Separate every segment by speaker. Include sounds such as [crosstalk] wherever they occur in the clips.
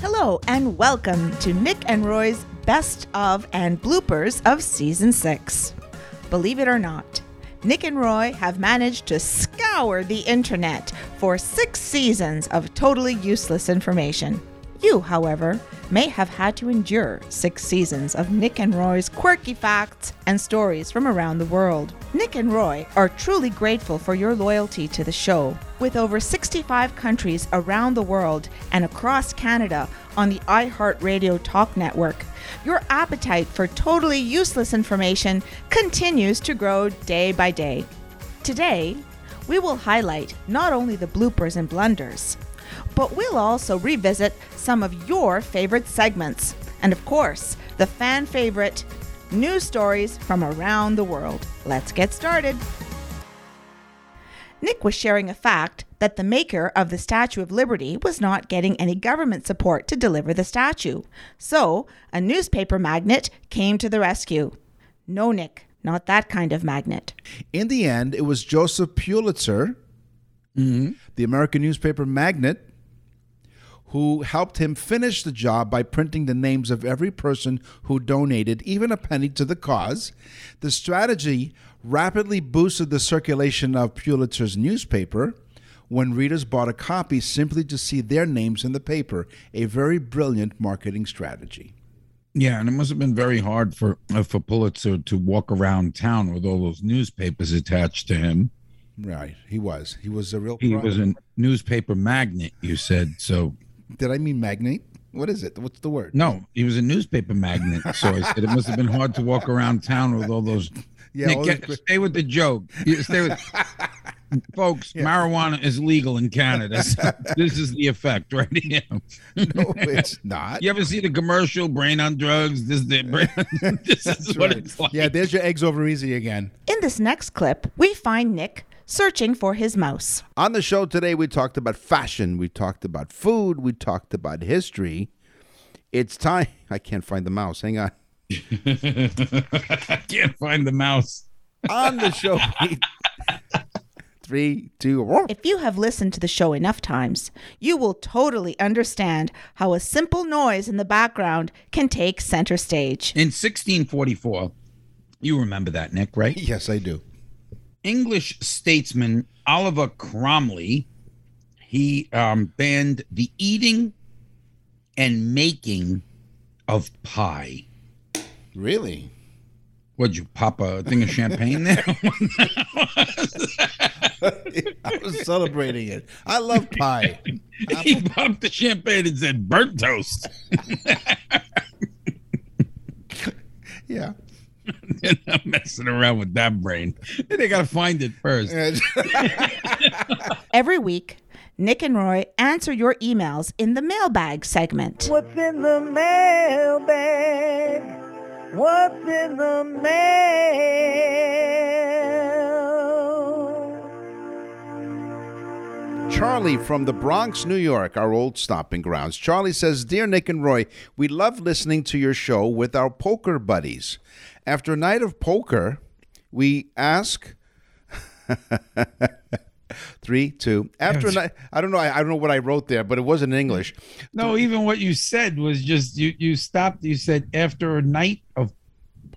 Speaker 1: Hello, and welcome to Nick and Roy's Best of and Bloopers of Season 6. Believe it or not, Nick and Roy have managed to scour the internet for six seasons of totally useless information. You, however, may have had to endure six seasons of Nick and Roy's quirky facts and stories from around the world. Nick and Roy are truly grateful for your loyalty to the show. With over 65 countries around the world and across Canada on the iHeartRadio Talk Network, your appetite for totally useless information continues to grow day by day. Today, we will highlight not only the bloopers and blunders, but we'll also revisit some of your favorite segments. And of course, the fan favorite news stories from around the world. Let's get started. Nick was sharing a fact that the maker of the Statue of Liberty was not getting any government support to deliver the statue. So, a newspaper magnate came to the rescue. No, Nick, not that kind of magnet.
Speaker 2: In the end, it was Joseph Pulitzer,
Speaker 3: Mm-hmm.
Speaker 2: the American newspaper magnate, who helped him finish the job by printing the names of every person who donated even a penny to the cause. The strategy rapidly boosted the circulation of Pulitzer's newspaper when readers bought a copy simply to see their names in the paper, a very brilliant marketing strategy.
Speaker 3: Yeah, and it must have been very hard for uh, for Pulitzer to walk around town with all those newspapers attached to him.
Speaker 2: Right, he was. He was a real
Speaker 3: He
Speaker 2: pro.
Speaker 3: was a newspaper magnate, you said. So
Speaker 2: Did I mean magnate? What is it? What's the word?
Speaker 3: no, he was a newspaper magnate. So I said it must have been hard to walk around town with all those.
Speaker 2: [laughs] Yeah,
Speaker 3: Nick,
Speaker 2: all
Speaker 3: get-
Speaker 2: those-
Speaker 3: stay with the joke. You Stay with. [laughs] Folks, marijuana is legal in Canada.
Speaker 2: [laughs]
Speaker 3: So this is the effect right here. [laughs]
Speaker 2: No, [laughs] it's not.
Speaker 3: You ever see the commercial "Brain on Drugs"? This, the, [laughs] brain, this is
Speaker 2: That's
Speaker 3: what
Speaker 2: right.
Speaker 3: it's like.
Speaker 2: Yeah, there's your eggs over easy again.
Speaker 1: In this next clip, we find Nick searching for his mouse.
Speaker 2: On the show today, we talked about fashion, we talked about food, we talked about history. It's time. [laughs] I can't find the mouse. Hang on.
Speaker 3: I can't find the mouse.
Speaker 2: On the
Speaker 3: [laughs]
Speaker 2: show, we- [laughs] three, two, one.
Speaker 1: If you have listened to the show enough times, you will totally understand how a simple noise in the background can take center stage.
Speaker 3: In 1644, you remember that,
Speaker 2: [laughs]
Speaker 3: Nick, right?
Speaker 2: Yes, I do.
Speaker 3: English statesman Oliver Cromley, he um, banned the eating and making of pie.
Speaker 2: Really? [laughs]
Speaker 3: What'd you pop a thing of champagne there? [laughs]
Speaker 2: I was celebrating it. I love
Speaker 3: [laughs]
Speaker 2: pie.
Speaker 3: he popped the champagne and said burnt toast. [laughs]
Speaker 2: Yeah.
Speaker 3: I'm messing around with that brain. They gotta find it first.
Speaker 1: Every week, Nick and Roy answer your emails in the mailbag segment.
Speaker 4: What's in the mailbag? What's in the mail?
Speaker 2: Charlie from the Bronx, New York, our old stomping grounds. Charlie says, Dear Nick and Roy, we love listening to your show with our poker buddies. After a night of poker, we ask. [laughs] Three, two. After a night, I don't know. I, I don't know what I wrote there, but it was in English.
Speaker 3: No, even what you said was just you. You stopped. You said after a night of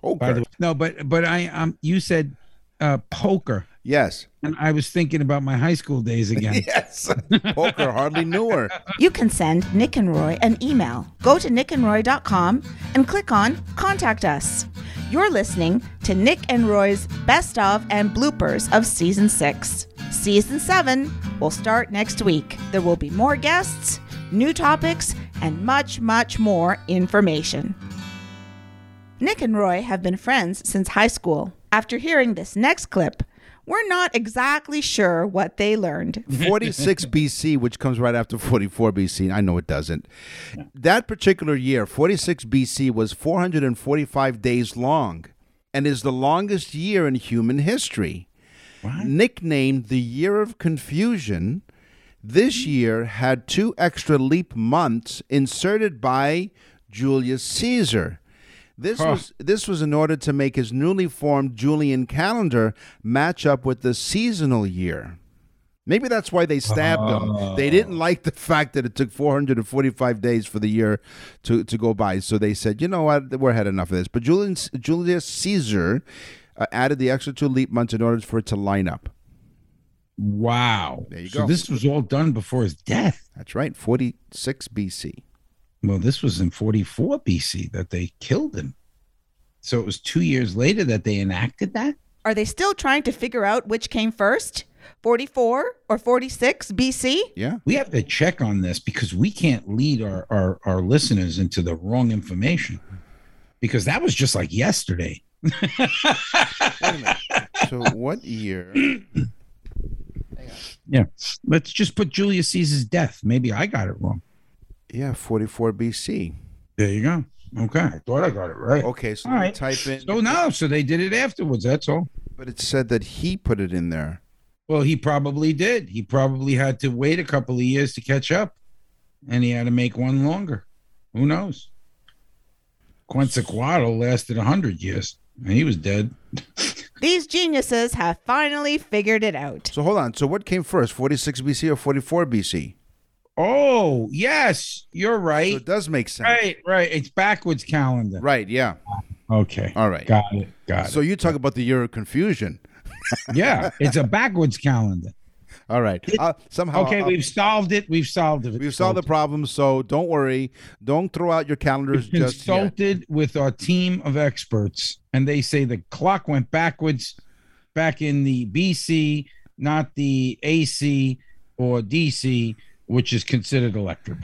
Speaker 3: by
Speaker 2: Poker.
Speaker 3: the way. No, but but I um you said uh poker,
Speaker 2: Yes. [laughs]
Speaker 3: and I was thinking about my high school days again.
Speaker 2: Yes. poker hardly knew her.
Speaker 1: You can send Nick and Roy an email. Go to nickandroy.com and click on Contact Us. You're listening to Nick and Roy's Best of and Bloopers of Season 6. Season 7 will start next week. There will be more guests, new topics, and much, much more information. Nick and Roy have been friends since high school. After hearing this next clip, We're not exactly sure what they learned.
Speaker 2: 46 BC, which comes right after 44 BC. I know it doesn't. That particular year, 46 BC, was 445 days long and is the longest year in human history. Nicknamed the Year of Confusion, this year had two extra leap months inserted by Julius Caesar. This was this was in order to make his newly formed Julian calendar match up with the seasonal year. Maybe that's why they stabbed him. They didn't like the fact that it took 445 days for the year to, to go by. So they said, you know what, we're had enough of this. But Julian, Julius Caesar uh, added the extra two leap months in order for it to line up.
Speaker 3: Wow.
Speaker 2: There you
Speaker 3: so
Speaker 2: go.
Speaker 3: this was all done before his death.
Speaker 2: That's right, 46 BC.
Speaker 3: Well, this was in 44 BC that they killed him. So it was two years later that they enacted that?
Speaker 1: Are they still trying to figure out which came first? 44 or 46 BC?
Speaker 2: Yeah.
Speaker 3: We have to check on this because we can't lead our, our, our listeners into the wrong information because that was just like yesterday.
Speaker 2: So what year?
Speaker 3: Yeah. Let's just put Julius Caesar's death. Maybe I got it wrong.
Speaker 2: Yeah, 44 BC.
Speaker 3: There you go. Okay. I thought I got it right.
Speaker 2: Okay, so
Speaker 3: All
Speaker 2: let me
Speaker 3: right.
Speaker 2: type in.
Speaker 3: So Oh, no, so they did it afterwards. That's all.
Speaker 2: But it said that he put it in there.
Speaker 3: Well, he probably did. He probably had to wait a couple of years to catch up, and he had to make one longer. Who knows? Quetzalcoatl lasted a hundred years, and he was dead.
Speaker 1: These geniuses have finally figured it out.
Speaker 2: So hold on. So what came first, 46 BC or 44 BC?
Speaker 3: Oh, yes, you're
Speaker 2: So
Speaker 3: right.
Speaker 2: it does make sense.
Speaker 3: Right, right. It's backwards calendar.
Speaker 2: Right, yeah.
Speaker 3: Okay.
Speaker 2: All right.
Speaker 3: Got it. Got
Speaker 2: So you talk about the year of confusion.
Speaker 3: it. Yeah, it's a backwards calendar.
Speaker 2: All right. Uh, somehow
Speaker 3: Okay,
Speaker 2: uh,
Speaker 3: we've solved it. We've solved it.
Speaker 2: we've solved the problem, so don't worry. Don't throw out your calendars just yet.
Speaker 3: consulted with our team of experts, and they say the clock went backwards back in the BC, not the AC or DC, which is considered electric.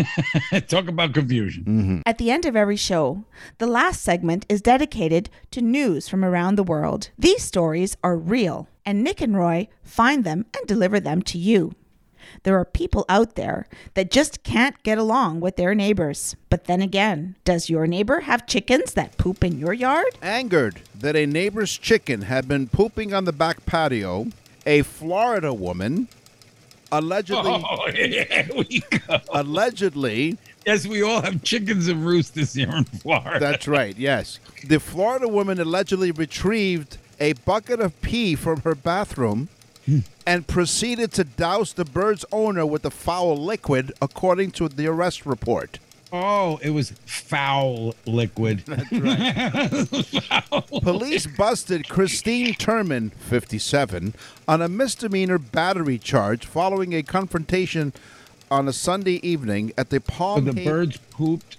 Speaker 3: [laughs] Talk about
Speaker 2: Mm.
Speaker 3: confusion.
Speaker 1: At the end of every show, the last segment is dedicated to news from around the world. These stories are real, and Nick and Roy find them and deliver them to you. There are people out there that just can't get along with their neighbors. But then again, does your neighbor have chickens that poop in your yard?
Speaker 2: Angered that a neighbor's chicken had been pooping on the back patio, a Florida woman
Speaker 3: [laughs]
Speaker 2: allegedly
Speaker 3: [laughs] Oh, yeah, we go.
Speaker 2: allegedly
Speaker 3: Yes, we all have chickens and roosters here in Florida.
Speaker 2: That's right, yes. The Florida woman allegedly retrieved a bucket of pee from her bathroom and proceeded to douse the bird's owner with the foul liquid, according to the arrest report.
Speaker 3: oh, it was foul liquid.
Speaker 2: Police busted Christine Turman, 57, on a misdemeanor battery charge following a confrontation on a Sunday evening at the Palm
Speaker 3: the birds pooped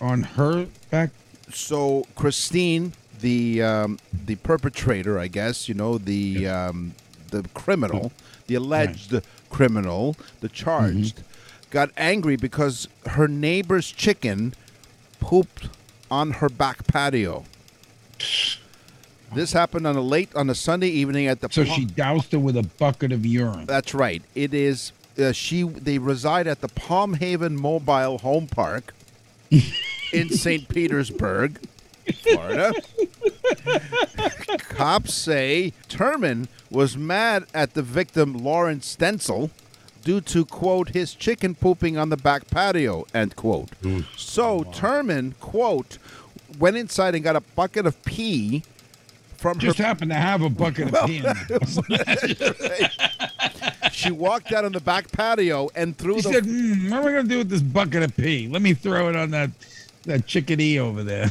Speaker 3: on her back.
Speaker 2: so Christine, the um, the perpetrator, I guess you know the um, the criminal, the alleged criminal, the
Speaker 3: Mm-hmm.
Speaker 2: charged, got angry because her neighbor's chicken pooped on her back patio. This happened on a late on a Sunday evening at the
Speaker 3: Oh. So
Speaker 2: Palm-
Speaker 3: she doused her with a bucket of urine.
Speaker 2: that's right. It is uh, she. They reside at the Palm Haven Mobile Home Park in St. Petersburg, Florida. Cops say Terman was mad at the victim Lauren Stencil due to quote his chicken pooping on the back patio end quote. So Terman quote went inside and got a bucket of pee from her
Speaker 3: [laughs] Just happened to have a bucket of pee in
Speaker 2: [laughs]
Speaker 3: there.
Speaker 2: She walked out on the back patio and threw
Speaker 3: He
Speaker 2: the
Speaker 3: said, "Hmm, "What am I going to do with this bucket of pee? Let me throw it on that that chickadee over there."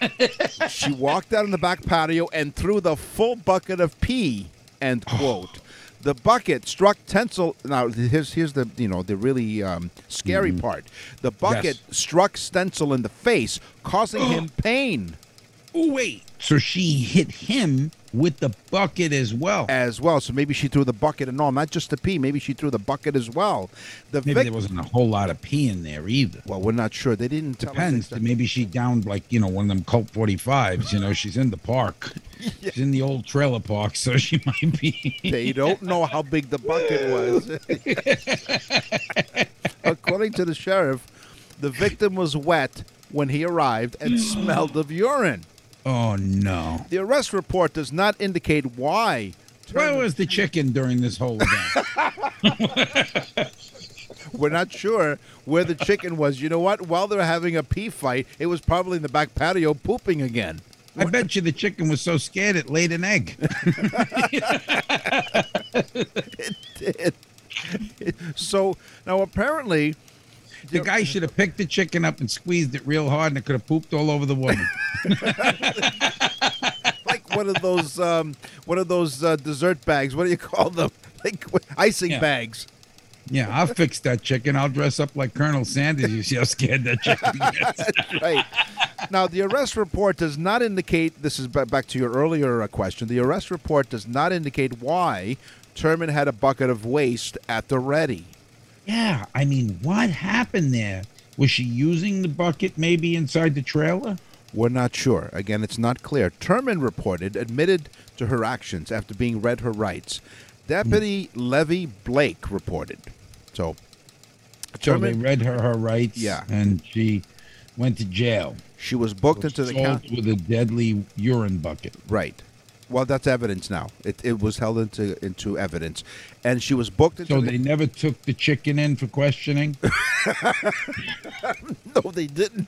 Speaker 3: [laughs]
Speaker 2: she walked out on the back patio and threw the full bucket of pee.
Speaker 3: [sighs]
Speaker 2: End quote. the bucket struck Stencil. Now here's here's the you know the really um, scary
Speaker 3: Mm-hmm.
Speaker 2: part. The bucket struck Stencil
Speaker 3: [gasps]
Speaker 2: in the face, causing him pain.
Speaker 3: oh wait! So she hit him with the bucket as well.
Speaker 2: as well. So maybe she threw the bucket and all, not just the pee. Maybe she threw the bucket as well. The
Speaker 3: Maybe
Speaker 2: vic-
Speaker 3: there wasn't a whole lot of pee in there either.
Speaker 2: well, we're not sure. They didn't tell us
Speaker 3: Depends.
Speaker 2: that-
Speaker 3: Maybe she downed like you know one of them Colt 45s. You know she's in the park.
Speaker 2: [laughs]
Speaker 3: She's in the old trailer park, so she [laughs] might be.
Speaker 2: They don't know how big the bucket was. According to the sheriff, the victim was wet when he arrived and smelled of urine.
Speaker 3: Oh no!
Speaker 2: The arrest report does not indicate why.
Speaker 3: Where was the chicken during this whole
Speaker 2: [laughs]
Speaker 3: event?
Speaker 2: We're not sure where the chicken was. You know what? While they were having a pee fight, it was probably in the back patio pooping again. [laughs]
Speaker 3: I bet you the chicken was so scared it laid an egg.
Speaker 2: So now apparently,
Speaker 3: The guy should have picked the chicken up and squeezed it real hard, and it could have pooped all over
Speaker 2: [laughs]
Speaker 3: the woman.
Speaker 2: like one of those um, one of those uh, dessert bags. What do you call them? [laughs] Like icing
Speaker 3: Yeah.
Speaker 2: bags.
Speaker 3: Yeah, I'll fix that chicken. I'll dress up like Colonel Sanders. You see how scared that chicken
Speaker 2: [laughs]
Speaker 3: gets.
Speaker 2: right. Now, the arrest report does not indicate. This is ba- back to your earlier uh, question. The arrest report does not indicate why Terman had a bucket of waste at the ready.
Speaker 3: Yeah, I mean, what happened there? Was she using the bucket maybe inside the trailer?
Speaker 2: We're not sure. Again, it's not clear. Terman reported admitted to her actions after being read her rights. Deputy Levy Blake reported. So,
Speaker 3: So they
Speaker 2: Terman-
Speaker 3: read her her rights.
Speaker 2: Yeah.
Speaker 3: and she went to jail.
Speaker 2: she was booked into the
Speaker 3: Assault
Speaker 2: county.
Speaker 3: with a deadly urine bucket.
Speaker 2: Right. Well, that's evidence now. It, it was held into into evidence, and she was booked into.
Speaker 3: So
Speaker 2: the-
Speaker 3: they never took the chicken in for
Speaker 2: [laughs]
Speaker 3: questioning.
Speaker 2: No, they didn't.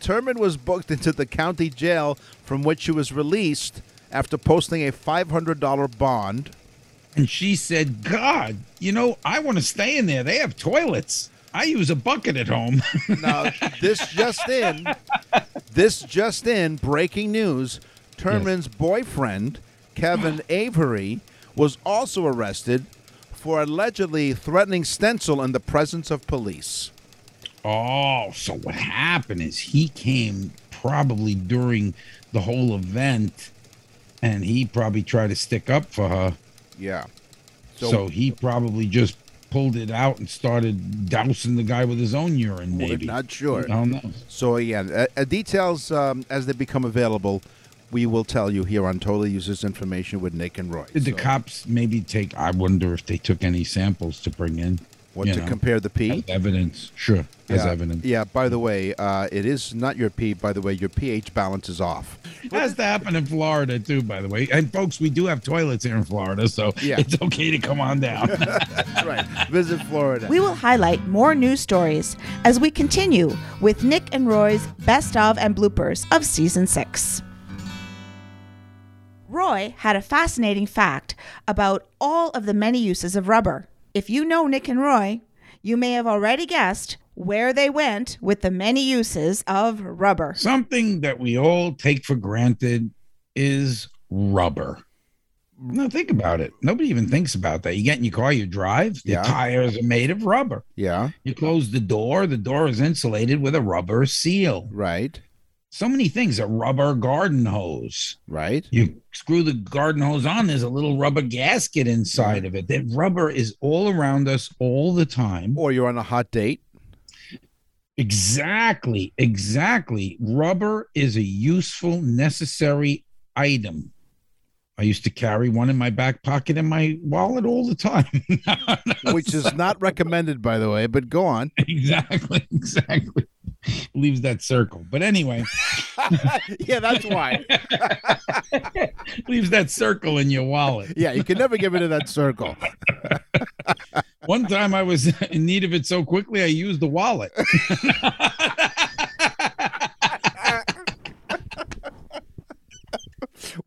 Speaker 2: Terman was booked into the county jail from which she was released after posting a $500 bond.
Speaker 3: And she said, God, you know, I want to stay in there. They have toilets. I use a bucket at home. [laughs]
Speaker 2: Now, this just in, this just in, breaking news Terman's boyfriend, Kevin Avery, was also arrested for allegedly threatening Stencil in the presence of police.
Speaker 3: Oh, so what happened is he came probably during the whole event and he probably tried to stick up for her.
Speaker 2: Yeah.
Speaker 3: So, he probably just pulled it out and started dousing the guy with his own urine,
Speaker 2: We're
Speaker 3: maybe.
Speaker 2: not sure.
Speaker 3: I don't know.
Speaker 2: So again, uh, uh, details um, as they become available, we will tell you here on Totally Uses Information with Nick and Roy.
Speaker 3: Did the
Speaker 2: So,
Speaker 3: cops maybe take, I wonder if they took any samples to bring in
Speaker 2: what
Speaker 3: you
Speaker 2: to
Speaker 3: know,
Speaker 2: compare the pee?
Speaker 3: as evidence? Sure, as
Speaker 2: yeah.
Speaker 3: evidence.
Speaker 2: Yeah. By the way, uh, it is not your pee. By the way, your pH balance is off.
Speaker 3: That's to happen in Florida too, by the way. And folks, we do have toilets here in Florida, so
Speaker 2: Yeah.
Speaker 3: it's okay to come on
Speaker 2: [laughs]
Speaker 3: down.
Speaker 2: That's right. [laughs] Visit Florida.
Speaker 1: We will highlight more news stories as we continue with Nick and Roy's best of and bloopers of season six. Roy had a fascinating fact about all of the many uses of rubber. If you know Nick and Roy, you may have already guessed where they went with the many uses of rubber.
Speaker 3: Something that we all take for granted is rubber. Now think about it. Nobody even thinks about that. You get in your car, you drive, the
Speaker 2: Yeah.
Speaker 3: tires are made of rubber.
Speaker 2: yeah.
Speaker 3: You close the door, the door is insulated with a rubber seal.
Speaker 2: Right.
Speaker 3: So many things, a rubber garden hose.
Speaker 2: Right.
Speaker 3: You screw the garden hose on, there's a little rubber gasket inside of it. That rubber is all around us all the time.
Speaker 2: Or you're on a hot date.
Speaker 3: Exactly, exactly. Rubber is a useful, necessary item. I used to carry one in my back pocket in my wallet all the time. [laughs]
Speaker 2: Which [laughs] is not recommended, by the way, but go on.
Speaker 3: exactly, exactly. Leaves that circle. But anyway,
Speaker 2: [laughs] yeah, that's why.
Speaker 3: leaves that circle in your wallet.
Speaker 2: [laughs] Yeah, you can never get rid of that circle.
Speaker 3: One time I was [laughs] in need of it so quickly, I used the wallet.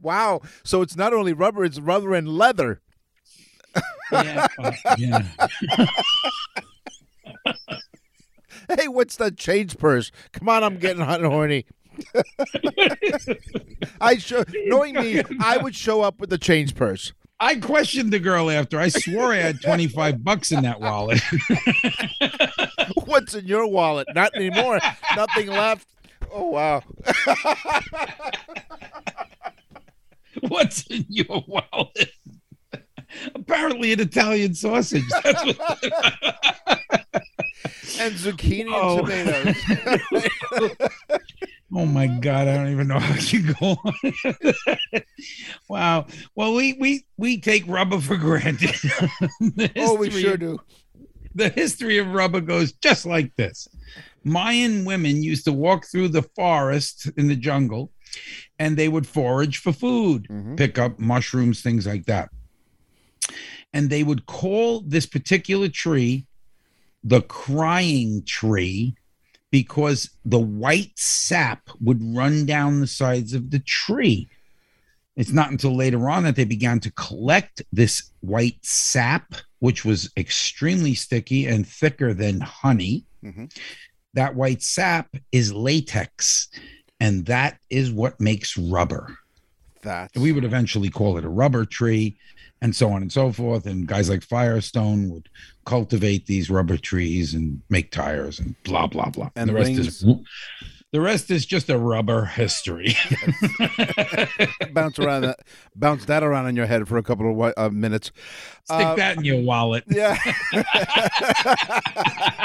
Speaker 2: Wow. So it's not only rubber, it's rubber and leather.
Speaker 3: Yeah. uh, yeah.
Speaker 2: hey, what's that change purse? Come on, I'm getting hot and horny. [laughs] I show knowing me, I would show up with the change purse. [laughs]
Speaker 3: I questioned the girl after. I swore I had 25 bucks in that wallet.
Speaker 2: What's in your wallet? Not anymore. Nothing left. Oh wow.
Speaker 3: [laughs] What's in your wallet? Apparently, an Italian sausage. [laughs] That's what
Speaker 5: and zucchini
Speaker 3: Oh.
Speaker 5: and
Speaker 3: [laughs]
Speaker 5: tomatoes.
Speaker 3: Oh my God, I don't even know how you go on. [laughs] wow. Well, we we we take rubber for granted. [laughs] The
Speaker 5: oh, we
Speaker 3: history
Speaker 5: sure
Speaker 3: of-
Speaker 5: do.
Speaker 3: The history of rubber goes just like this. Mayan women used to walk through the forest in the jungle and they would forage for food,
Speaker 5: Mhm.
Speaker 3: pick up mushrooms, things like that. And they would call this particular tree the crying tree because the white sap would run down the sides of the tree. It's not until later on that they began to collect this white sap, which was extremely sticky and thicker than honey.
Speaker 5: Mhm.
Speaker 3: That white sap is latex, and that is what makes rubber.
Speaker 5: That's
Speaker 3: We would eventually call it a rubber tree, and so on and so forth. And guys like Firestone would cultivate these rubber trees and make tires and blah blah blah.
Speaker 5: And
Speaker 3: the rest
Speaker 5: rings.
Speaker 3: is the rest is just a rubber history. [laughs]
Speaker 5: bounce around that, bounce that around in your head for a couple of wi- uh, minutes.
Speaker 3: Stick
Speaker 5: Uh,
Speaker 3: that in your wallet.
Speaker 5: Yeah. [laughs]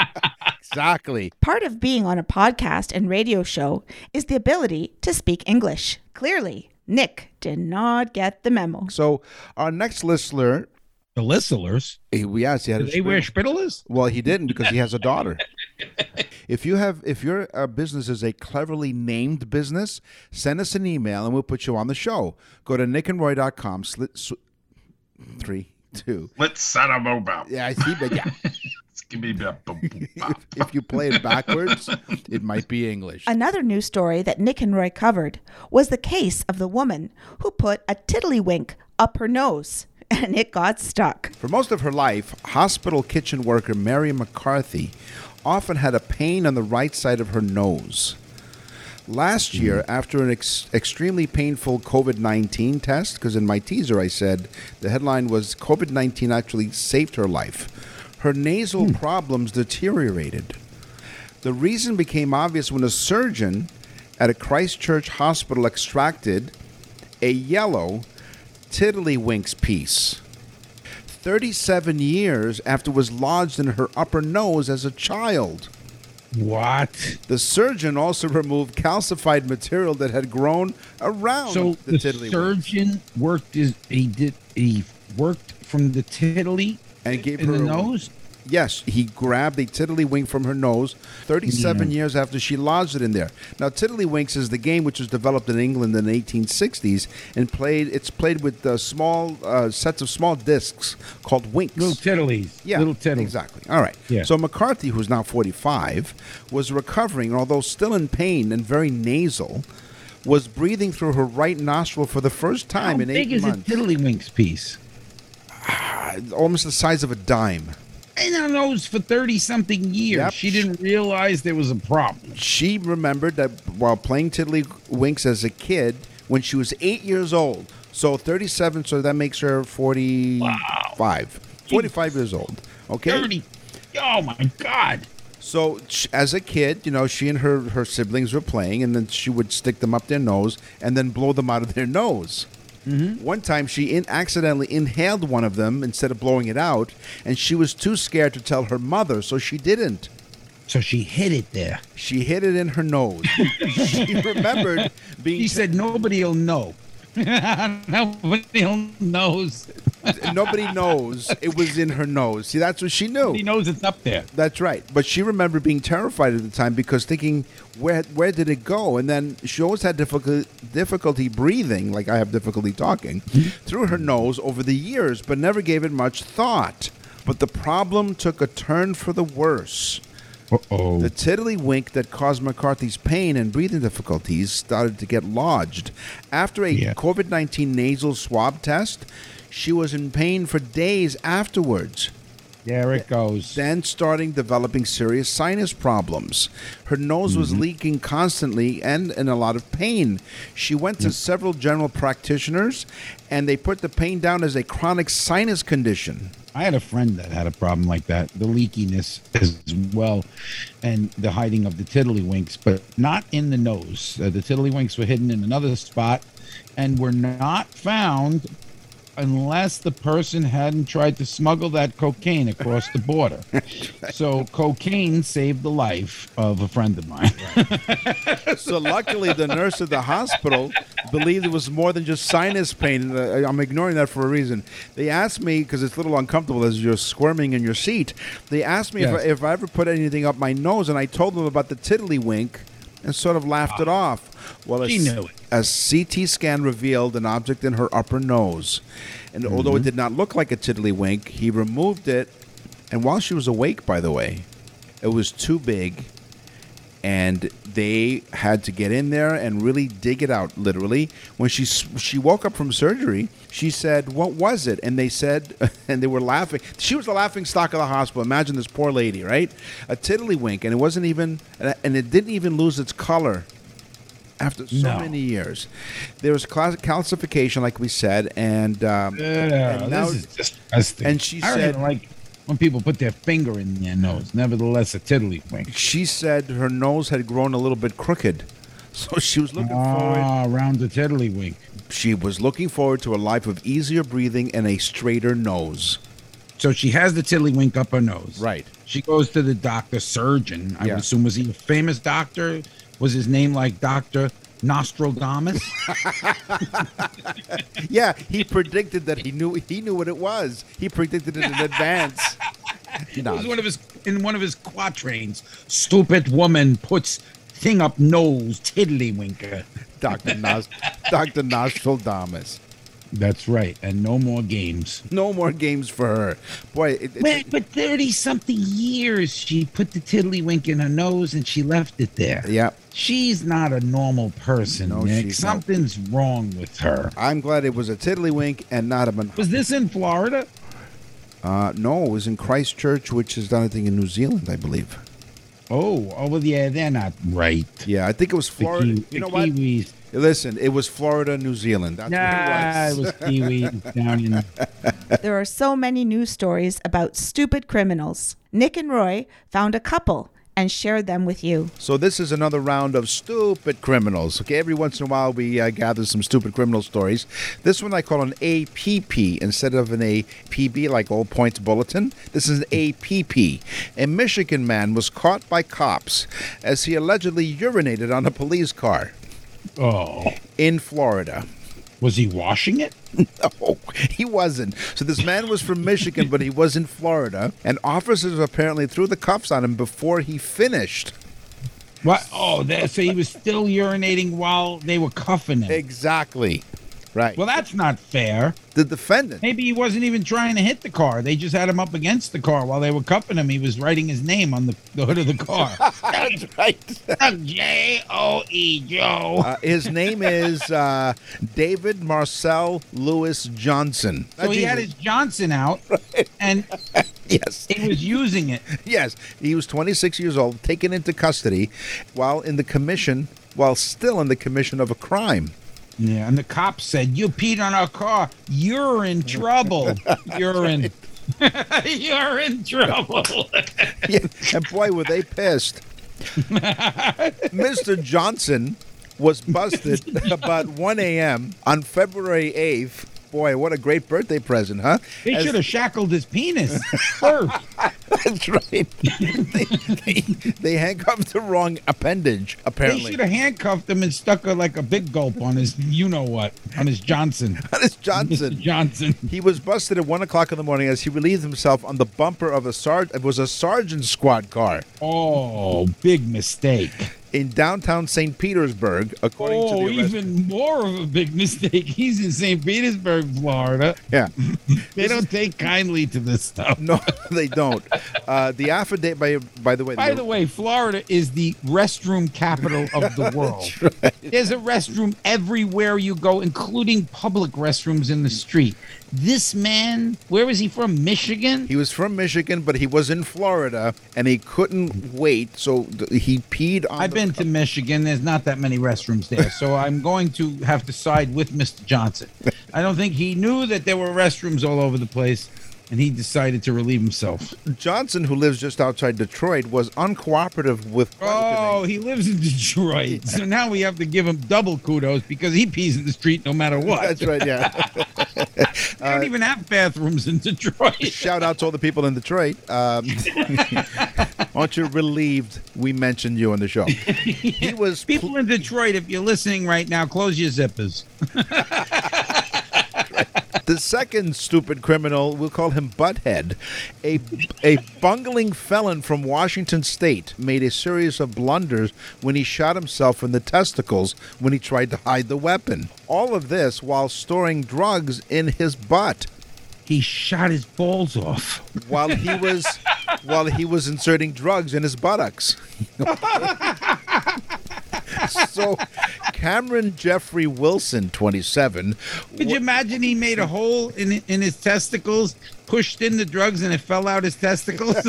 Speaker 5: exactly.
Speaker 1: Part of being on a podcast and radio show is the ability to speak English. Clearly, Nick did not get the memo.
Speaker 2: So our next listener,
Speaker 3: The listeners,
Speaker 5: eh,
Speaker 2: he, we asked, he had
Speaker 3: do
Speaker 2: a
Speaker 3: they wear spittlers?
Speaker 2: Well, he didn't because he has a daughter. if you have, if your uh, business is a cleverly named business, send us an email and we'll put you on the show. Go to nickandroy.com. Sli- sw- three, two.
Speaker 6: Let's set them about.
Speaker 2: Yeah, I see.
Speaker 6: [laughs]
Speaker 2: But yeah,
Speaker 6: Give me that. boom, boom, bop.
Speaker 2: [laughs] if you play it backwards, it might be English.
Speaker 1: Another news story that Nick and Roy covered was the case of the woman who put a tiddlywink up her nose [laughs] and it got stuck.
Speaker 2: For most of her life, hospital kitchen worker Mary McCarthy often had a pain on the right side of her nose. Last year, after an ex- extremely painful COVID 19 test, because in my teaser I said the headline was COVID 19 actually saved her life, her nasal problems deteriorated. The reason became obvious when a surgeon at a Christchurch hospital extracted a yellow tiddlywinks piece. 37 years after it was lodged in her upper nose as a child.
Speaker 3: What?
Speaker 2: The surgeon also removed calcified material that had grown around
Speaker 3: So
Speaker 2: the,
Speaker 3: the,
Speaker 2: tiddlywink
Speaker 3: surgeon worked is he did he worked from the tiddly
Speaker 2: and gave
Speaker 3: in
Speaker 2: her
Speaker 3: the
Speaker 2: a-
Speaker 3: nose?
Speaker 2: Yes, he grabbed a tiddlywink from her nose 37 years after she lodged it in there. Now, tiddlywinks is the game which was developed in England in the 1860s and played. It's played with uh, small uh, sets of small discs called winks.
Speaker 3: Little tiddlies.
Speaker 2: Yeah,
Speaker 3: Little tiddlies.
Speaker 2: Exactly. All right.
Speaker 3: Yeah.
Speaker 2: So McCarthy, who's now 45, was recovering, although still in pain and very nasal, was breathing through her right nostril for the first
Speaker 3: How
Speaker 2: time in
Speaker 3: big
Speaker 2: eight
Speaker 3: is
Speaker 2: months.
Speaker 3: a tiddlywinks piece?
Speaker 2: Almost the size of a dime.
Speaker 3: In her nose for thirty something years.
Speaker 2: Yep.
Speaker 3: She didn't realize there was a problem.
Speaker 2: She remembered that while playing tiddlywinks as a kid when she was eight years old. So 37, so that makes her 45. 45 years old. Okay.
Speaker 3: Thirty. Oh my God.
Speaker 2: So sh- as a kid, you know, she and her her siblings were playing, and then she would stick them up their nose and then blow them out of their nose. One time, she in- accidentally inhaled one of them instead of blowing it out, and she was too scared to tell her mother, so she didn't.
Speaker 3: So she hid it there.
Speaker 2: She hid it in her nose. she remembered being.
Speaker 3: She said nobody'll know. [laughs] Nobody knows.
Speaker 2: Nobody knows it was in her nose. See, that's what she knew.
Speaker 3: He knows it's up there.
Speaker 2: That's right. But she remembered being terrified at the time because thinking, where where did it go? And then she always had difficulty difficulty breathing, like I have difficulty talking, through her nose over the years, but never gave it much thought. But the problem took a turn for the worse.
Speaker 3: Uh oh.
Speaker 2: The tiddlywink that caused McCarthy's pain and breathing difficulties started to get lodged. After a
Speaker 3: Yeah.
Speaker 2: COVID 19 nasal swab test, she was in pain for days afterwards
Speaker 3: There it goes.
Speaker 2: then starting developing serious sinus problems. Her nose was leaking constantly and in a lot of pain. She went to several general practitioners and they put the pain down as a chronic sinus condition.
Speaker 3: I had a friend that had a problem like that, the leakiness as well, and the hiding of the tiddlywinks, but not in the nose. Uh, the tiddlywinks were hidden in another spot, and were not found unless the person hadn't tried to smuggle that cocaine across the
Speaker 2: [laughs]
Speaker 3: border. So cocaine saved the life of a friend of mine.
Speaker 2: So luckily, the nurse at the hospital believed it was more than just sinus pain. Uh, I'm ignoring that for a reason. They asked me because it's a little uncomfortable as you're squirming in your seat. They asked me
Speaker 3: Yes.
Speaker 2: if, I, if I ever put anything up my nose, and I told them about the tiddlywink, and sort of laughed it off. Well, a
Speaker 3: She
Speaker 2: s-
Speaker 3: knew it.
Speaker 2: a CT scan revealed an object in her upper nose, and although
Speaker 3: Mm-hmm.
Speaker 2: it did not look like a tiddlywink, he removed it. And while she was awake, by the way, it was too big and they had to get in there and really dig it out literally when she s- she woke up from surgery she said what was it and they said [laughs] and they were laughing she was the laughing stock of the hospital imagine this poor lady right a tiddlywink and it wasn't even and it didn't even lose its color after so
Speaker 3: No.
Speaker 2: many years there was cal- calcification like we said and um, [laughs]
Speaker 3: Yeah,
Speaker 2: and now-
Speaker 3: [laughs] this is disgusting.
Speaker 2: and she
Speaker 3: I don't
Speaker 2: said-
Speaker 3: even like when people put their finger in their nose. Nevertheless, a tiddlywink.
Speaker 2: she said her nose had grown a little bit crooked [laughs] so she was looking forward
Speaker 3: Ah, round the tiddlywink.
Speaker 2: She was looking forward to a life of easier breathing and a straighter nose.
Speaker 3: So she has the tiddlywink up her nose.
Speaker 2: Right.
Speaker 3: She goes to the doctor surgeon. I
Speaker 2: Yeah.
Speaker 3: would assume was he a famous doctor? Was his name like Doctor
Speaker 2: [laughs]
Speaker 3: Nostradamus?
Speaker 2: Yeah, he predicted that he knew he knew what it was. He predicted it
Speaker 3: [laughs]
Speaker 2: in advance.
Speaker 3: It was
Speaker 2: Nonsense.
Speaker 3: one [laughs] of his in one of his quatrains. Stupid woman puts thing up nose tiddlywinker.
Speaker 2: Dr. Nos- Dr. Nostradamus.
Speaker 3: That's right, and no more games.
Speaker 2: No more games for her. Boy, it, it-
Speaker 3: Wait, but thirty something years she put the tiddlywink in her nose and she left it there.
Speaker 2: yeah,
Speaker 3: She's not a normal person,
Speaker 2: No,
Speaker 3: Nick.
Speaker 2: she's not.
Speaker 3: Something's wrong with her.
Speaker 2: I'm glad it was a tiddlywink and not a man-
Speaker 3: Was this in Florida?
Speaker 2: uh, no, it was in Christchurch, which is down I think in New Zealand, I believe.
Speaker 3: Oh, oh well, yeah, they're not right.
Speaker 2: Yeah, I think it was
Speaker 3: The
Speaker 2: Florida.
Speaker 3: Ki-
Speaker 2: you know
Speaker 3: the
Speaker 2: what?
Speaker 3: Kiwis.
Speaker 2: Listen, it was Florida, New Zealand. That's
Speaker 3: Nah, it
Speaker 2: what it was.
Speaker 3: was
Speaker 2: [laughs]
Speaker 3: Kiwi down in.
Speaker 1: There are so many news stories about stupid criminals. Nick and Roy found a couple and shared them with you.
Speaker 2: So this is another round of stupid criminals. Okay, every once in a while we uh, gather some stupid criminal stories. This one I call an APP instead of an APB like All Points Bulletin. This is an APP. A Michigan man was caught by cops as he allegedly urinated on a police car
Speaker 3: Oh,
Speaker 2: in Florida. [laughs]
Speaker 3: was he washing it?
Speaker 2: No, he wasn't. So this man was from Michigan, but he was in Florida, and officers apparently threw the cuffs on him before he finished.
Speaker 3: What? Oh, that, so he was still urinating while they were cuffing him.
Speaker 2: Exactly. Right.
Speaker 3: Well, that's not fair.
Speaker 2: the defendant.
Speaker 3: Maybe he wasn't even trying to hit the car. They just had him up against the car while they were cuffing him. He was writing his name on the, the hood of the car.
Speaker 2: [laughs] That's right.
Speaker 3: J O E Joe.
Speaker 2: Uh, his name is uh, David Marcel Lewis Johnson.
Speaker 3: So he had his Johnson out, and
Speaker 2: [laughs] yes,
Speaker 3: he was using it.
Speaker 2: yes. He was 26 years old, taken into custody while in the commission, while still in the commission of a crime. [laughs]
Speaker 3: Yeah, and the cops said, "You peed on our car. You're in trouble. You're in. [laughs] You're in trouble."
Speaker 2: Yeah, and boy, were they
Speaker 3: [laughs]
Speaker 2: pissed. Mr. Johnson was busted
Speaker 3: [laughs]
Speaker 2: about 1 a.m. on February 8th. Boy, what a great birthday present, huh?
Speaker 3: They
Speaker 2: As-
Speaker 3: should have shackled his penis first.
Speaker 2: [laughs] That's right. [laughs] they, they, they handcuffed the wrong appendage,
Speaker 3: They
Speaker 2: apparently.
Speaker 3: should have handcuffed him and stuck a, like a big gulp on his, you know what, on his
Speaker 2: [laughs]
Speaker 3: Johnson.
Speaker 2: Dennis
Speaker 3: Mr.
Speaker 2: Johnson.
Speaker 3: [laughs] Johnson.
Speaker 2: He was busted at one o'clock in the morning as he relieved himself on the bumper of a sergeant. It was a sergeant squad car
Speaker 3: Oh, big mistake.
Speaker 2: in downtown St. Petersburg, according to
Speaker 3: Oh,
Speaker 2: the arrest.
Speaker 3: even more of a big [laughs] mistake. He's in St. Petersburg, Florida.
Speaker 2: Yeah, [laughs]
Speaker 3: They don't take kindly to this stuff.
Speaker 2: no, they don't. Uh, the affidavit, by by the way,
Speaker 3: By the way, Florida is the restroom capital
Speaker 2: [laughs]
Speaker 3: of the world. There's a restroom everywhere you go, including public restrooms in the street. This man, where is he from? Michigan?
Speaker 2: he was from Michigan, but he was in Florida, and he couldn't wait, so th- he peed on.
Speaker 3: I've
Speaker 2: the-
Speaker 3: been to Michigan. There's not that many restrooms there, so I'm going to have to side with Mr. Johnson. I don't think he knew that there were restrooms all over the place, and he decided to relieve
Speaker 2: [laughs]
Speaker 3: himself.
Speaker 2: Johnson, who lives just outside Detroit, was uncooperative with.
Speaker 3: Oh, he lives in Detroit. So now we have to give him double kudos because he pees in the street no matter what.
Speaker 2: That's right, yeah.
Speaker 3: They don't even have bathrooms in [laughs] Detroit.
Speaker 2: Shout out to all the people in Detroit. Um, aren't you relieved we mentioned you on the show? He was.
Speaker 3: People in Detroit, if you're listening right now, close your zippers.
Speaker 2: The second stupid criminal, we'll call him Butthead, a, a bungling felon from Washington State, made a series of blunders when he shot himself in the testicles when he tried to hide the weapon. All of this while storing drugs in his butt
Speaker 3: He shot his balls off.
Speaker 2: while he was while he was inserting drugs in his buttocks. [laughs] so Cameron Jeffrey Wilson, 27,
Speaker 3: Could you imagine he made a hole in in his testicles, pushed in the drugs, and it fell out his testicles? [laughs]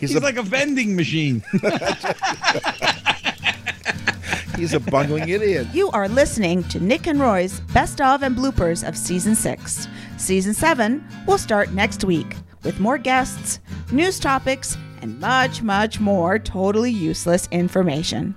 Speaker 3: He's
Speaker 2: a-
Speaker 3: like a vending machine.
Speaker 2: he's a bungling idiot.
Speaker 1: You are listening to Nick and Roy's Best of and Bloopers of Season 6. Season 7 will start next week with more guests, news topics, and much, much more totally useless information.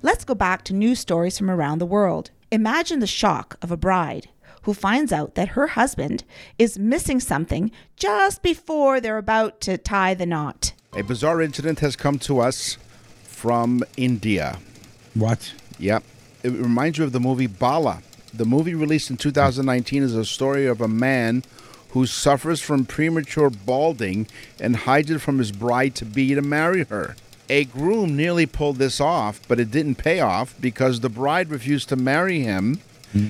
Speaker 1: Let's go back to news stories from around the world. Imagine the shock of a bride who finds out that her husband is missing something just before they're about to tie the knot.
Speaker 2: A bizarre incident has come to us from India.
Speaker 3: [laughs] What?
Speaker 2: Yep. It reminds you of the movie Bala. The movie released in 2019 is a story of a man who suffers from premature balding and hides it from his bride to be to marry her. A groom nearly pulled this off, but it didn't pay off because the bride refused to marry him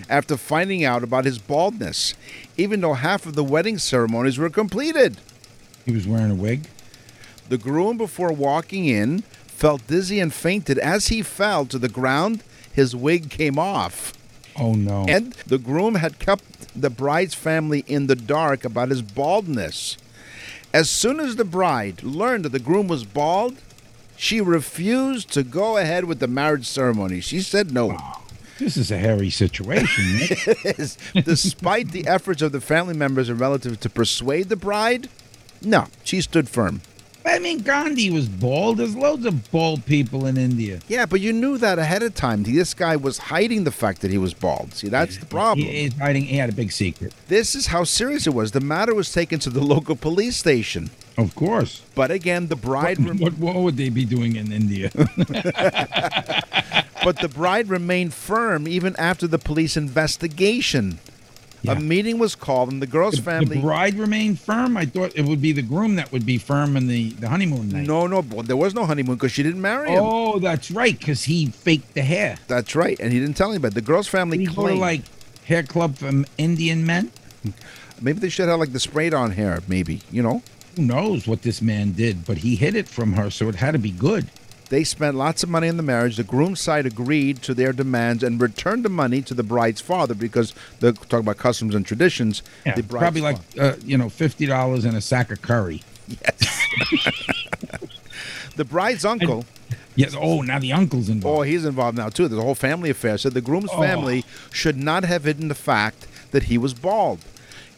Speaker 2: after finding out about his baldness, even though half of the wedding ceremonies were completed.
Speaker 3: He was wearing a wig.
Speaker 2: The groom, before walking in, felt dizzy and fainted. As he fell to the ground, his wig came off.
Speaker 3: Oh no!
Speaker 2: And the groom had kept the bride's family in the dark about his baldness. As soon as the bride learned that the groom was bald, she refused to go ahead with the marriage ceremony. She said no. [laughs]
Speaker 3: this is a hairy situation. Nick.
Speaker 2: Despite the efforts of the family members and relatives to persuade the bride, no, she stood firm.
Speaker 3: [laughs] I mean, Gandhi was bald. There's loads of bald people in India.
Speaker 2: Yeah, but you knew that ahead of time. This guy was hiding the fact that he was bald. See, that's the problem.
Speaker 3: He, he's hiding. He had a big secret.
Speaker 2: This is how serious it was. The matter was taken to the local police station.
Speaker 3: Of course.
Speaker 2: But again, the bride, rem-
Speaker 3: What, what would they be doing in India?
Speaker 2: but the bride remained firm even after the police investigation.
Speaker 3: Yeah.
Speaker 2: A meeting was called, and the girl's
Speaker 3: The
Speaker 2: family.
Speaker 3: bride remained firm. I thought it would be the groom that would be firm in the, the honeymoon night.
Speaker 2: no, no, but there was no honeymoon because she didn't marry him.
Speaker 3: Oh, that's right, because he faked the hair.
Speaker 2: That's right, and he didn't tell anybody. The girl's family
Speaker 3: He go to
Speaker 2: claimed
Speaker 3: like hair club from Indian men.
Speaker 2: maybe they should have like the sprayed on hair. Maybe you know
Speaker 3: Who knows what this man did? But he hid it from her, so it had to be good.
Speaker 2: they spent lots of money on the marriage. The groom's side agreed to their demands and returned the money to the bride's father because they're talking about customs and traditions. the bride's
Speaker 3: probably like
Speaker 2: fa-
Speaker 3: uh, you know fifty dollars and a sack of curry.
Speaker 2: the bride's uncle.
Speaker 3: Yes. Oh, now the uncle's
Speaker 2: Oh,
Speaker 3: involved.
Speaker 2: he's involved now too. There's a whole family affair. Said the groom's
Speaker 3: Oh.
Speaker 2: family should not have hidden the fact that he was bald.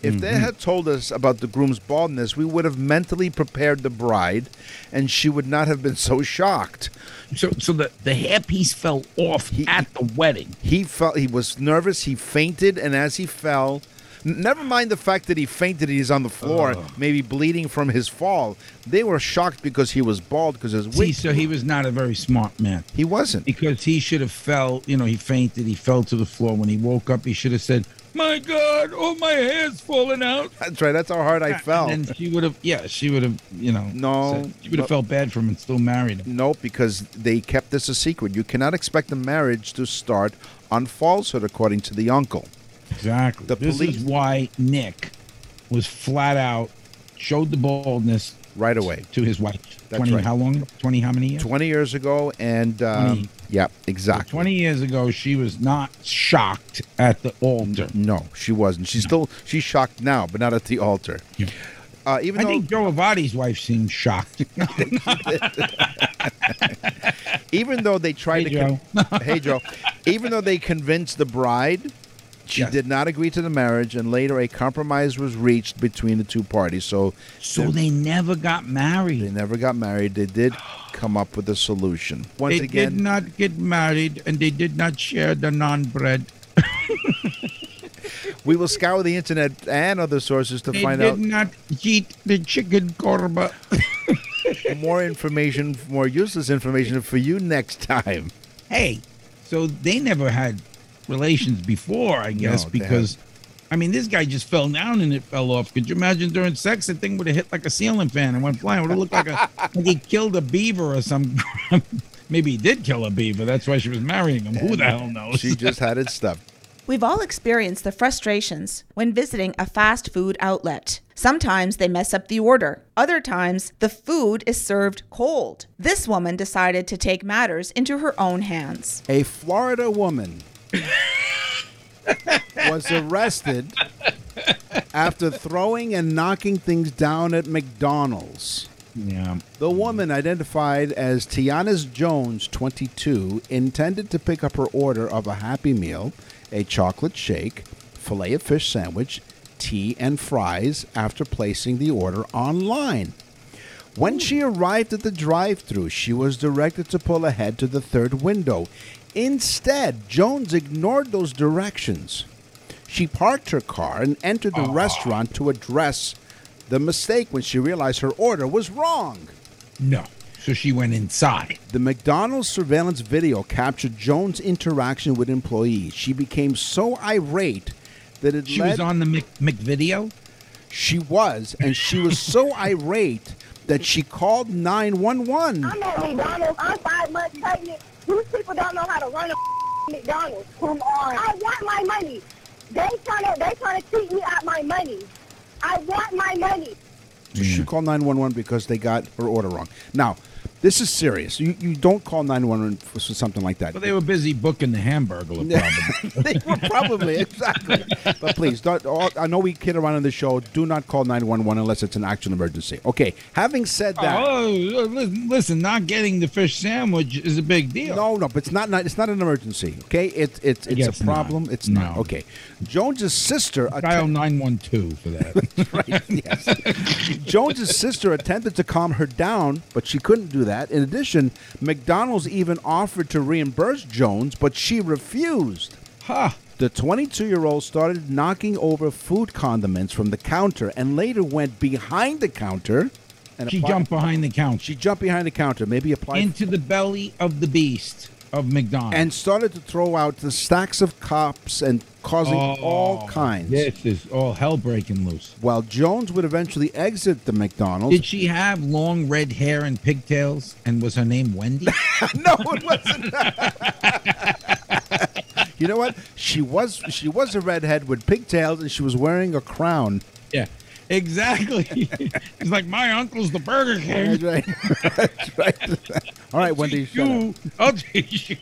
Speaker 2: If they
Speaker 3: Mm-hmm.
Speaker 2: had told us about the groom's baldness, we would have mentally prepared the bride, and she would not have been [laughs] so shocked.
Speaker 3: So, so the the hairpiece fell off at the wedding.
Speaker 2: He felt he was nervous. He fainted, and as he fell, n- never mind the fact that he fainted. He's on the floor, maybe bleeding from his fall. They were shocked because he was bald because his
Speaker 3: See,
Speaker 2: wig.
Speaker 3: so he was not a very smart man.
Speaker 2: He wasn't.
Speaker 3: because he should have fell. You know, he fainted. He fell to the floor. When he woke up, he should have said, "My God, oh my hair's falling out."
Speaker 2: That's right. That's how hard I fell.
Speaker 3: And then she would have, yeah, she would have, you know,
Speaker 2: No,
Speaker 3: said- she would have
Speaker 2: but-
Speaker 3: felt bad for him and still married him.
Speaker 2: No, because they kept this a secret. You cannot expect a marriage to start on falsehood, according to the uncle.
Speaker 3: Exactly.
Speaker 2: The
Speaker 3: this
Speaker 2: police-
Speaker 3: is why Nick was flat out showed the baldness
Speaker 2: Right away.
Speaker 3: to his wife.
Speaker 2: That's
Speaker 3: Twenty?
Speaker 2: right.
Speaker 3: How long? Twenty? How many years?
Speaker 2: 20 years ago, and um,
Speaker 3: 20.
Speaker 2: yeah, exactly.
Speaker 3: Twenty years ago, she was not shocked at the altar.
Speaker 2: No, she wasn't. She's still she's shocked now, but not at the altar.
Speaker 3: Yeah.
Speaker 2: Uh, even
Speaker 3: I
Speaker 2: though
Speaker 3: think Joe Avati's wife seemed
Speaker 2: [laughs]
Speaker 3: shocked.
Speaker 2: even though they tried
Speaker 3: Hey, [laughs]
Speaker 2: to con- hey Joe, even though they convinced the bride,
Speaker 5: She
Speaker 3: Yes.
Speaker 5: did not agree to the marriage, and later a compromise was reached between the two parties. So
Speaker 3: So they never got married.
Speaker 5: they never got married. They did come up with a solution. Once
Speaker 3: they
Speaker 5: again,
Speaker 3: did not get married and they did not share the non bread.
Speaker 5: we will scour the internet and other sources to
Speaker 3: They
Speaker 5: find
Speaker 3: did
Speaker 5: out
Speaker 3: not eat the chicken korma.
Speaker 5: more information, more useless information for you next time.
Speaker 3: hey, so they never had relations before, I guess,
Speaker 5: they
Speaker 3: because I mean, this guy just fell down and it fell off. Could you imagine during sex, the thing would have hit like a ceiling fan and went flying? Would have looked
Speaker 5: [laughs]
Speaker 3: like, a, like he killed a beaver or some. [laughs] Maybe he did kill a beaver. That's why she was marrying him. Who the hell knows?
Speaker 5: She just had it stuffed.
Speaker 1: We've all experienced the frustrations when visiting a fast food outlet. Sometimes they mess up the order, other times, the food is served cold. This woman decided to take matters into her own hands.
Speaker 2: A Florida woman was arrested after throwing and knocking things down at McDonald's.
Speaker 3: [laughs] yeah.
Speaker 2: The woman, identified as Tiana's Jones, 22, intended to pick up her order of a Happy Meal, a chocolate shake, filet of fish sandwich, tea, and fries after placing the order online. When she arrived at the drive thru, she was directed to pull ahead to the third window. Instead, Jones ignored those directions. She parked her car and entered the restaurant to address the mistake when she realized her order was wrong.
Speaker 3: No. So she went inside.
Speaker 2: The McDonald's surveillance video captured Jones' interaction with employees. She became so irate that it
Speaker 3: She
Speaker 2: led
Speaker 3: was on the Mc, McVideo.
Speaker 2: she was and she was
Speaker 3: [laughs]
Speaker 2: so irate that she called 911.
Speaker 7: I'm at McDonald's. I'm five months pregnant. These people don't know how to run a [laughs] McDonald's. Come on. I want my money. They trying to they trying to cheat me out my money. I want my money.
Speaker 2: She called 911 because they got her order wrong. Now, this is serious. You, you don't call 911 for something like that. [laughs]
Speaker 3: Well, they were busy booking the hamburger. Probably.
Speaker 2: They were probably exactly. But please, don't, all, I know we kid around on the show. Do not call 911 unless it's an actual emergency. Okay. Having said that,
Speaker 3: oh, listen, listen, not getting the fish sandwich is a big deal.
Speaker 2: No, no, but it's not, not. It's not an emergency. Okay, it, it's it's
Speaker 3: guess
Speaker 2: a problem.
Speaker 3: not.
Speaker 2: It's not.
Speaker 3: No.
Speaker 2: Okay, Jones's sister.
Speaker 3: Dial
Speaker 2: Att-
Speaker 3: 912 for that.
Speaker 2: Jones's sister attempted to calm her down, but she couldn't do that. In addition, McDonald's even offered to reimburse Jones, but she refused.
Speaker 3: ha!
Speaker 2: The 22-year-old started knocking over food condiments from the counter, and later went behind the counter. And
Speaker 3: She
Speaker 2: applied-
Speaker 3: jumped behind the counter
Speaker 2: She jumped behind the counter, maybe applied
Speaker 3: into the belly of the beast of McDonald's.
Speaker 2: and started to throw out the stacks of cups and causing
Speaker 3: Oh.
Speaker 2: all kinds.
Speaker 3: This is all hell breaking loose.
Speaker 2: While Jones would eventually exit the McDonald's,
Speaker 3: Did she have long red hair and pigtails? And was her name
Speaker 2: [laughs]
Speaker 3: Wendy?
Speaker 2: no, it wasn't. you know what? She was she was a redhead with pigtails, and she was wearing a
Speaker 3: [laughs]
Speaker 2: crown.
Speaker 3: yeah, exactly. [laughs] it's like my uncle's the Burger
Speaker 2: That's
Speaker 3: King.
Speaker 2: right. That's [laughs] right. All right, Wendy. shut up.
Speaker 3: You, I'll teach you.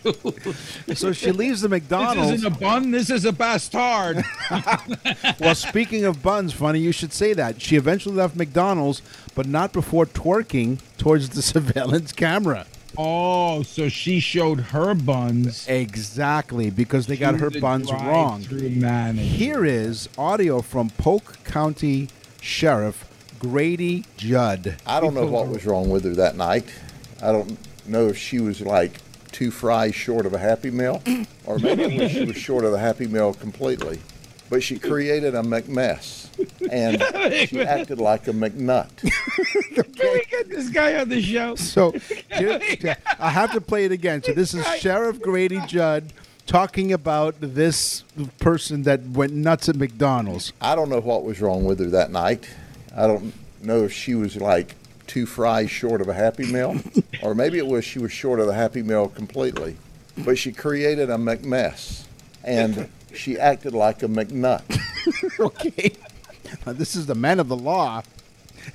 Speaker 2: So she leaves the
Speaker 3: This
Speaker 2: McDonald's.
Speaker 3: isn't a bun. This is a bastard.
Speaker 2: well, speaking of buns, funny you should say that. She eventually left McDonald's, but not before twerking towards the [laughs] surveillance camera.
Speaker 3: oh, so she showed her buns.
Speaker 2: Exactly, because they got her
Speaker 3: The
Speaker 2: buns wrong.
Speaker 3: drive-thru manager.
Speaker 2: Here is audio from Polk County Sheriff Grady Judd.
Speaker 8: I don't know what was wrong with her that night. I don't know if she was like two fries short of a Happy Meal, or maybe it was she was short of the Happy Meal completely. But she created a McMess, and she acted like a McNutt.
Speaker 3: Can we get this guy on the show? [laughs]
Speaker 2: So here- I have to play it again. So this is Sheriff Grady Judd talking about this person that went nuts at McDonald's. [laughs]
Speaker 8: I don't know what was wrong with her that night. I don't know if she was like two fries short of a Happy Meal, or maybe it was she was short of the Happy Meal completely. But she created a McMess, and she acted like a McNutt.
Speaker 2: okay. Now, this is the man of the law. [laughs]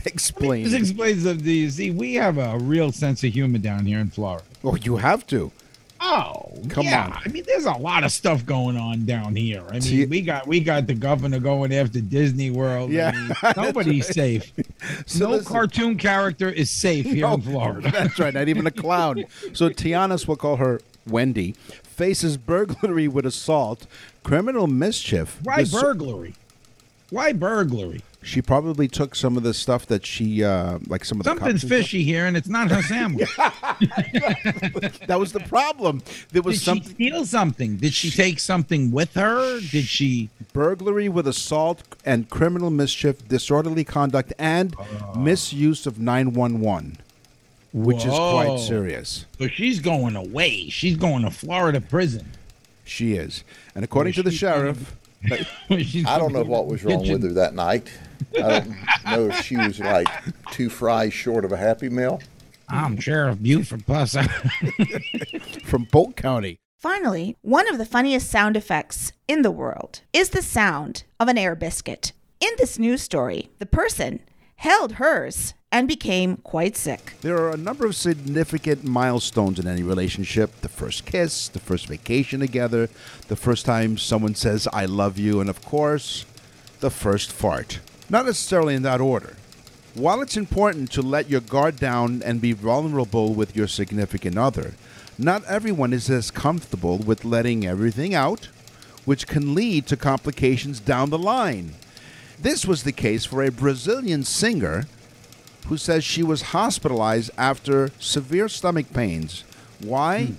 Speaker 3: This
Speaker 2: Explain.
Speaker 3: explains the. You see, we have a real sense of humor down here in Florida.
Speaker 2: Oh, you have to.
Speaker 3: Oh,
Speaker 2: Come
Speaker 3: yeah.
Speaker 2: on.
Speaker 3: I mean, there's a lot of stuff going on down here. I mean,
Speaker 2: See-
Speaker 3: we got we got the governor going after Disney World. I
Speaker 2: Yeah,
Speaker 3: mean,
Speaker 2: that's
Speaker 3: nobody's safe.
Speaker 2: [laughs] So
Speaker 3: no
Speaker 2: listen- Oh, [laughs]
Speaker 3: cartoon character is safe here in Florida. [laughs]
Speaker 2: That's right, not even a clown. So Tiana's, we'll call her Wendy, faces burglary with assault, criminal mischief.
Speaker 3: Why
Speaker 2: dis-
Speaker 3: burglary? Why burglary?
Speaker 2: She probably took some of the stuff that she, uh, like some of the
Speaker 3: Something's
Speaker 2: cups and stuff.
Speaker 3: fishy here, and it's
Speaker 2: [laughs]
Speaker 3: not her sandwich.
Speaker 2: That was the problem. There was
Speaker 3: Did she
Speaker 2: something
Speaker 3: steal something? Did she take something with her? Did she?
Speaker 2: burglary with assault and criminal mischief, disorderly conduct, and
Speaker 3: Ah.
Speaker 2: misuse of nine one one, which is
Speaker 3: Whoa.
Speaker 2: quite serious.
Speaker 3: So she's going away. She's going to Florida prison. [laughs]
Speaker 2: She is, and according to the sheriff,
Speaker 3: She's
Speaker 8: I
Speaker 3: gonna
Speaker 8: don't know
Speaker 3: go
Speaker 8: what
Speaker 3: to
Speaker 8: was
Speaker 3: the
Speaker 8: wrong
Speaker 3: kitchen.
Speaker 8: with her that night. I don't [laughs] know if she was like two fries short of a happy meal.
Speaker 3: I'm Sheriff Buford. Plus, I, [laughs]
Speaker 2: from Polk County.
Speaker 1: Finally, one of the funniest sound effects in the world is the sound of an air biscuit. In this news story, the person held hers and became quite sick.
Speaker 2: There are a number of significant milestones in any relationship the first kiss, the first vacation together, the first time someone says, I love you, and of course, the first fart. Not necessarily in that order. While it's important to let your guard down and be vulnerable with your significant other, not everyone is as comfortable with letting everything out, which can lead to complications down the line. This was the case for a Brazilian singer who says she was hospitalized after severe stomach pains. Why?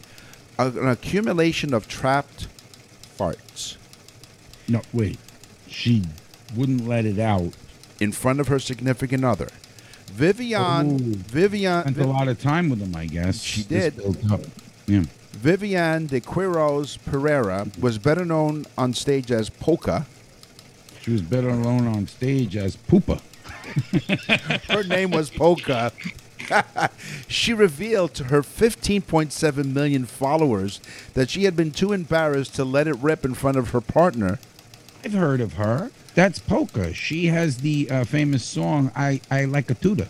Speaker 2: A- an accumulation of trapped farts
Speaker 3: no, wait. She wouldn't let it out.
Speaker 2: in front of her significant other. Vivian,
Speaker 3: Ooh.
Speaker 2: Vivian,
Speaker 3: Spent a lot of time with him, I guess.
Speaker 2: She
Speaker 3: This
Speaker 2: did.
Speaker 3: built up. Yeah.
Speaker 2: Vivian de Quiroz Pereira was better known on stage as Polka.
Speaker 3: She was better alone on stage as Poopa.
Speaker 2: Her name was Polka. [laughs] she revealed to her 15.7 million followers that she had been too embarrassed to let it rip in front of her partner
Speaker 3: I've heard of her. That's Polka. She has the uh, famous song "I I Like a [laughs] Tutor."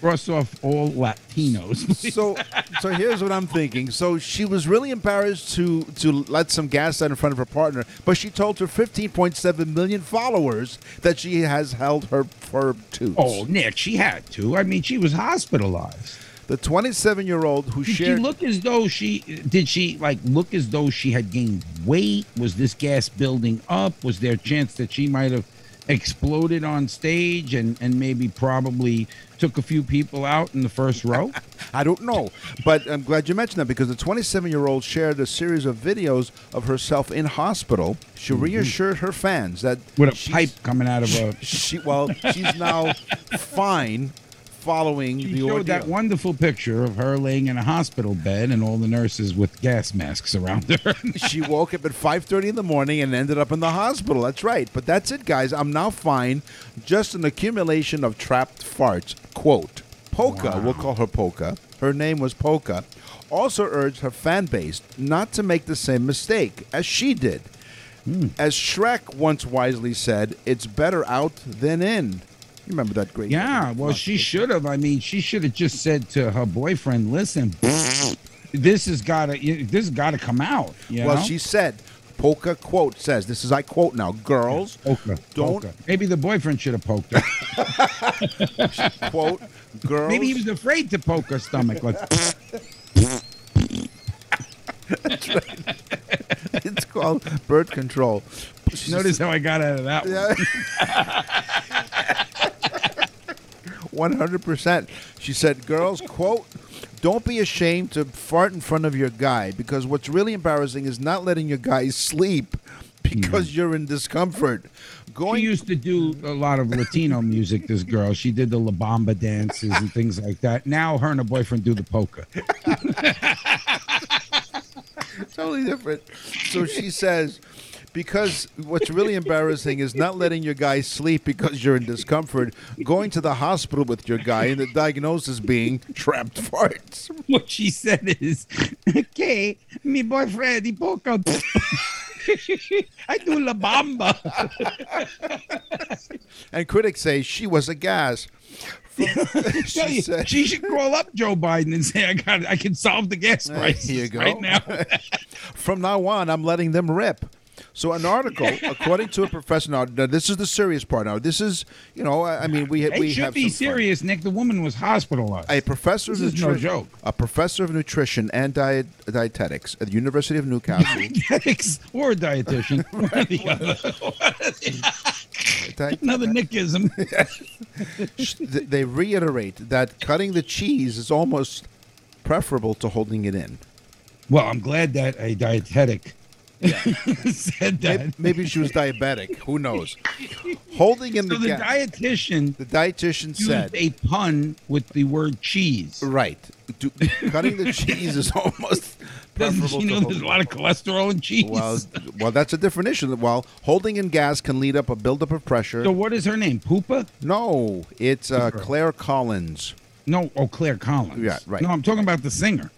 Speaker 3: Cross off all Latinos.
Speaker 2: [laughs] so so here's what I'm thinking. So she was really embarrassed to to let some gas out in front of her partner, but she told her 15.7 million followers that she has held her her toots.
Speaker 3: oh, Nick, she had to. I mean, she was hospitalized.
Speaker 2: The 27 year old who
Speaker 3: Did
Speaker 2: shared
Speaker 3: she look as though she did she like look as though she had gained weight? Was this gas building up? Was there a chance that she might have exploded on stage and and maybe probably took a few people out in the first row?
Speaker 2: I don't know, but I'm glad you mentioned that because the 27 year old shared a series of videos of herself in hospital. She reassured her fans that
Speaker 3: [laughs] Mm-hmm. With a
Speaker 2: she's-
Speaker 3: pipe coming out of a
Speaker 2: She well, she's
Speaker 3: [laughs]
Speaker 2: now fine following
Speaker 3: She
Speaker 2: the
Speaker 3: showed
Speaker 2: ordeal.
Speaker 3: that wonderful picture of her laying in a hospital bed and all the nurses with gas masks around her. [laughs]
Speaker 2: she woke up at 5.30 in the morning and ended up in the hospital that's right but that's it guys i'm now fine just an accumulation of trapped farts quote polka we'll call her polka her name was polka also urged her fan base not to make the same mistake as she did
Speaker 3: Hmm.
Speaker 2: as shrek once wisely said it's better out than in you remember that great
Speaker 3: yeah, well, she should have. I mean, she should have just said to her boyfriend, "Listen, this has got to this has got to come out." You
Speaker 2: well
Speaker 3: know?
Speaker 2: she said polka quote says this is i quote now girls
Speaker 3: Polka,
Speaker 2: don't
Speaker 3: polka. Maybe the boyfriend should have [laughs] poked her.
Speaker 2: quote girls
Speaker 3: [laughs] Maybe he was afraid to poke her stomach. Like, [laughs]
Speaker 2: [laughs] it's called birth control.
Speaker 3: notice how I got out of
Speaker 2: [laughs]
Speaker 3: that.
Speaker 2: One
Speaker 3: One.
Speaker 2: hundred percent. She said, "Girls, quote, don't be ashamed to fart in front of your guy because what's really embarrassing is not letting your guy sleep because you're in discomfort."
Speaker 3: She
Speaker 2: Going
Speaker 3: used to do a lot of Latino music. This girl, she did the La Bamba dances and things like that. Now her and her boyfriend do the polka.
Speaker 2: totally different. So she says, because what's really embarrassing is not letting your guy sleep because you're in discomfort. Going to the hospital with your guy and the diagnosis being trapped [laughs] farts.
Speaker 3: [laughs] what she said is, okay, mi boyfriend, he broke up. [laughs] I do
Speaker 2: [laughs]
Speaker 3: La Bamba.
Speaker 2: And critics say she was a gas.
Speaker 3: Tell
Speaker 2: [laughs] she
Speaker 3: you,
Speaker 2: said,
Speaker 3: she should call up Joe Biden and say, I got, I can solve the gas
Speaker 2: There [laughs]
Speaker 3: crisis
Speaker 2: you go.
Speaker 3: right now.
Speaker 2: From now on, I'm letting them rip. So an
Speaker 3: [laughs]
Speaker 2: article, according to a professor, now, now this is the serious part. Now this is, you know, I, I mean, we
Speaker 3: It
Speaker 2: we
Speaker 3: should
Speaker 2: have
Speaker 3: be
Speaker 2: some fun.
Speaker 3: serious, Nick. The woman was hospitalized.
Speaker 2: A professor of
Speaker 3: This is no
Speaker 2: nutrition,
Speaker 3: joke.
Speaker 2: a professor of nutrition and diet, dietetics at the University of
Speaker 3: [laughs]
Speaker 2: Newcastle.
Speaker 3: Ex- or
Speaker 2: [laughs]
Speaker 3: a dietitian. One or the other.
Speaker 2: Di-
Speaker 3: Another Nickism.
Speaker 2: sh- th- they reiterate that cutting the cheese is almost preferable to holding it in.
Speaker 3: Well, I'm glad that a dietetic [laughs] said
Speaker 2: Maybe,
Speaker 3: that.
Speaker 2: maybe she was diabetic. Who knows? Holding in
Speaker 3: [laughs] So
Speaker 2: the
Speaker 3: the
Speaker 2: gap.
Speaker 3: dietitian
Speaker 2: The dietitian
Speaker 3: used
Speaker 2: said,
Speaker 3: a pun with the word cheese.
Speaker 2: "Right, Do, cutting
Speaker 3: [laughs]
Speaker 2: the cheese is almost
Speaker 3: Doesn't [laughs]
Speaker 2: preferable to
Speaker 3: she know there's
Speaker 2: holding
Speaker 3: a lot of cholesterol in
Speaker 2: [laughs]
Speaker 3: cheese?
Speaker 2: Well, well, that's a different issue. Well, holding in gas can lead up a buildup of pressure.
Speaker 3: [laughs] so what is her name? Poopa?
Speaker 2: No, it's uh, Claire Collins,
Speaker 3: No, oh Claire Collins.
Speaker 2: Yeah, right.
Speaker 3: No, I'm talking about the singer.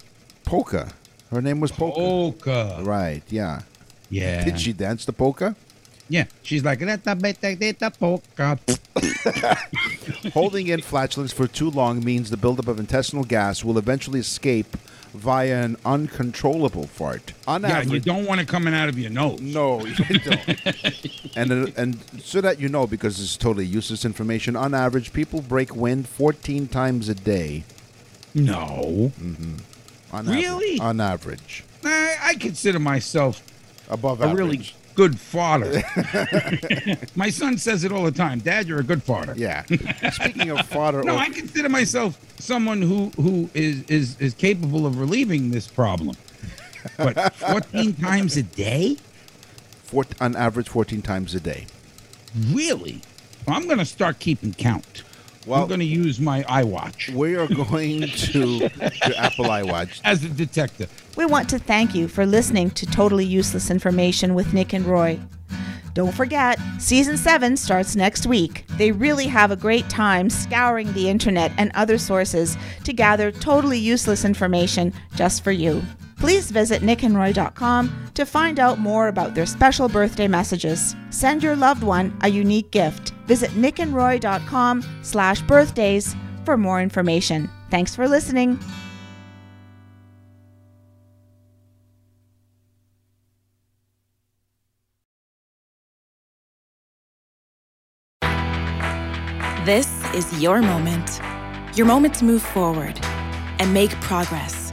Speaker 2: polka. Her name was polka.
Speaker 3: Polka.
Speaker 2: Right? Yeah.
Speaker 3: Oh. Yeah.
Speaker 2: Did she dance the polka?
Speaker 3: [laughs] Yeah. She's like "Let the bit- take it, the polka.
Speaker 2: Holding in flatulence for too long means the buildup of intestinal gas will eventually escape via an uncontrollable fart. On
Speaker 3: Yeah, you
Speaker 2: average,
Speaker 3: don't want it coming out of your nose.
Speaker 2: no, you don't.
Speaker 3: [laughs]
Speaker 2: and uh, and so that you know, because it's totally useless information. On average, people break wind 14 times a day.
Speaker 3: No.
Speaker 2: On
Speaker 3: Really?
Speaker 2: Average, on average,
Speaker 3: I, I consider myself
Speaker 2: above
Speaker 3: a
Speaker 2: average.
Speaker 3: Oh, really good father. [laughs] My son says it all the time. Dad, you're a good father. [laughs]
Speaker 2: Yeah. Speaking of fodder,
Speaker 3: No,
Speaker 2: or-
Speaker 3: I consider myself someone who who is is is capable of relieving this problem. But 14 times a day?
Speaker 2: four, on average 14 times a day.
Speaker 3: Really? Well, I'm going to start keeping count.
Speaker 2: Well-
Speaker 3: I'm going to use my iWatch
Speaker 2: We are going to, to Apple iWatch.
Speaker 3: as a detective.
Speaker 1: We want to thank you for listening to Totally Useless Information with Nick and Roy. Don't forget, season 7 starts next week. They really have a great time scouring the internet and other sources to gather totally useless information just for you. Please visit nickandroy.com to find out more about their special birthday messages. Send your loved one a unique gift. Visit nickandroy.com slash birthdays for more information. Thanks for listening.
Speaker 9: This is your moment. Your moment to move forward and make progress.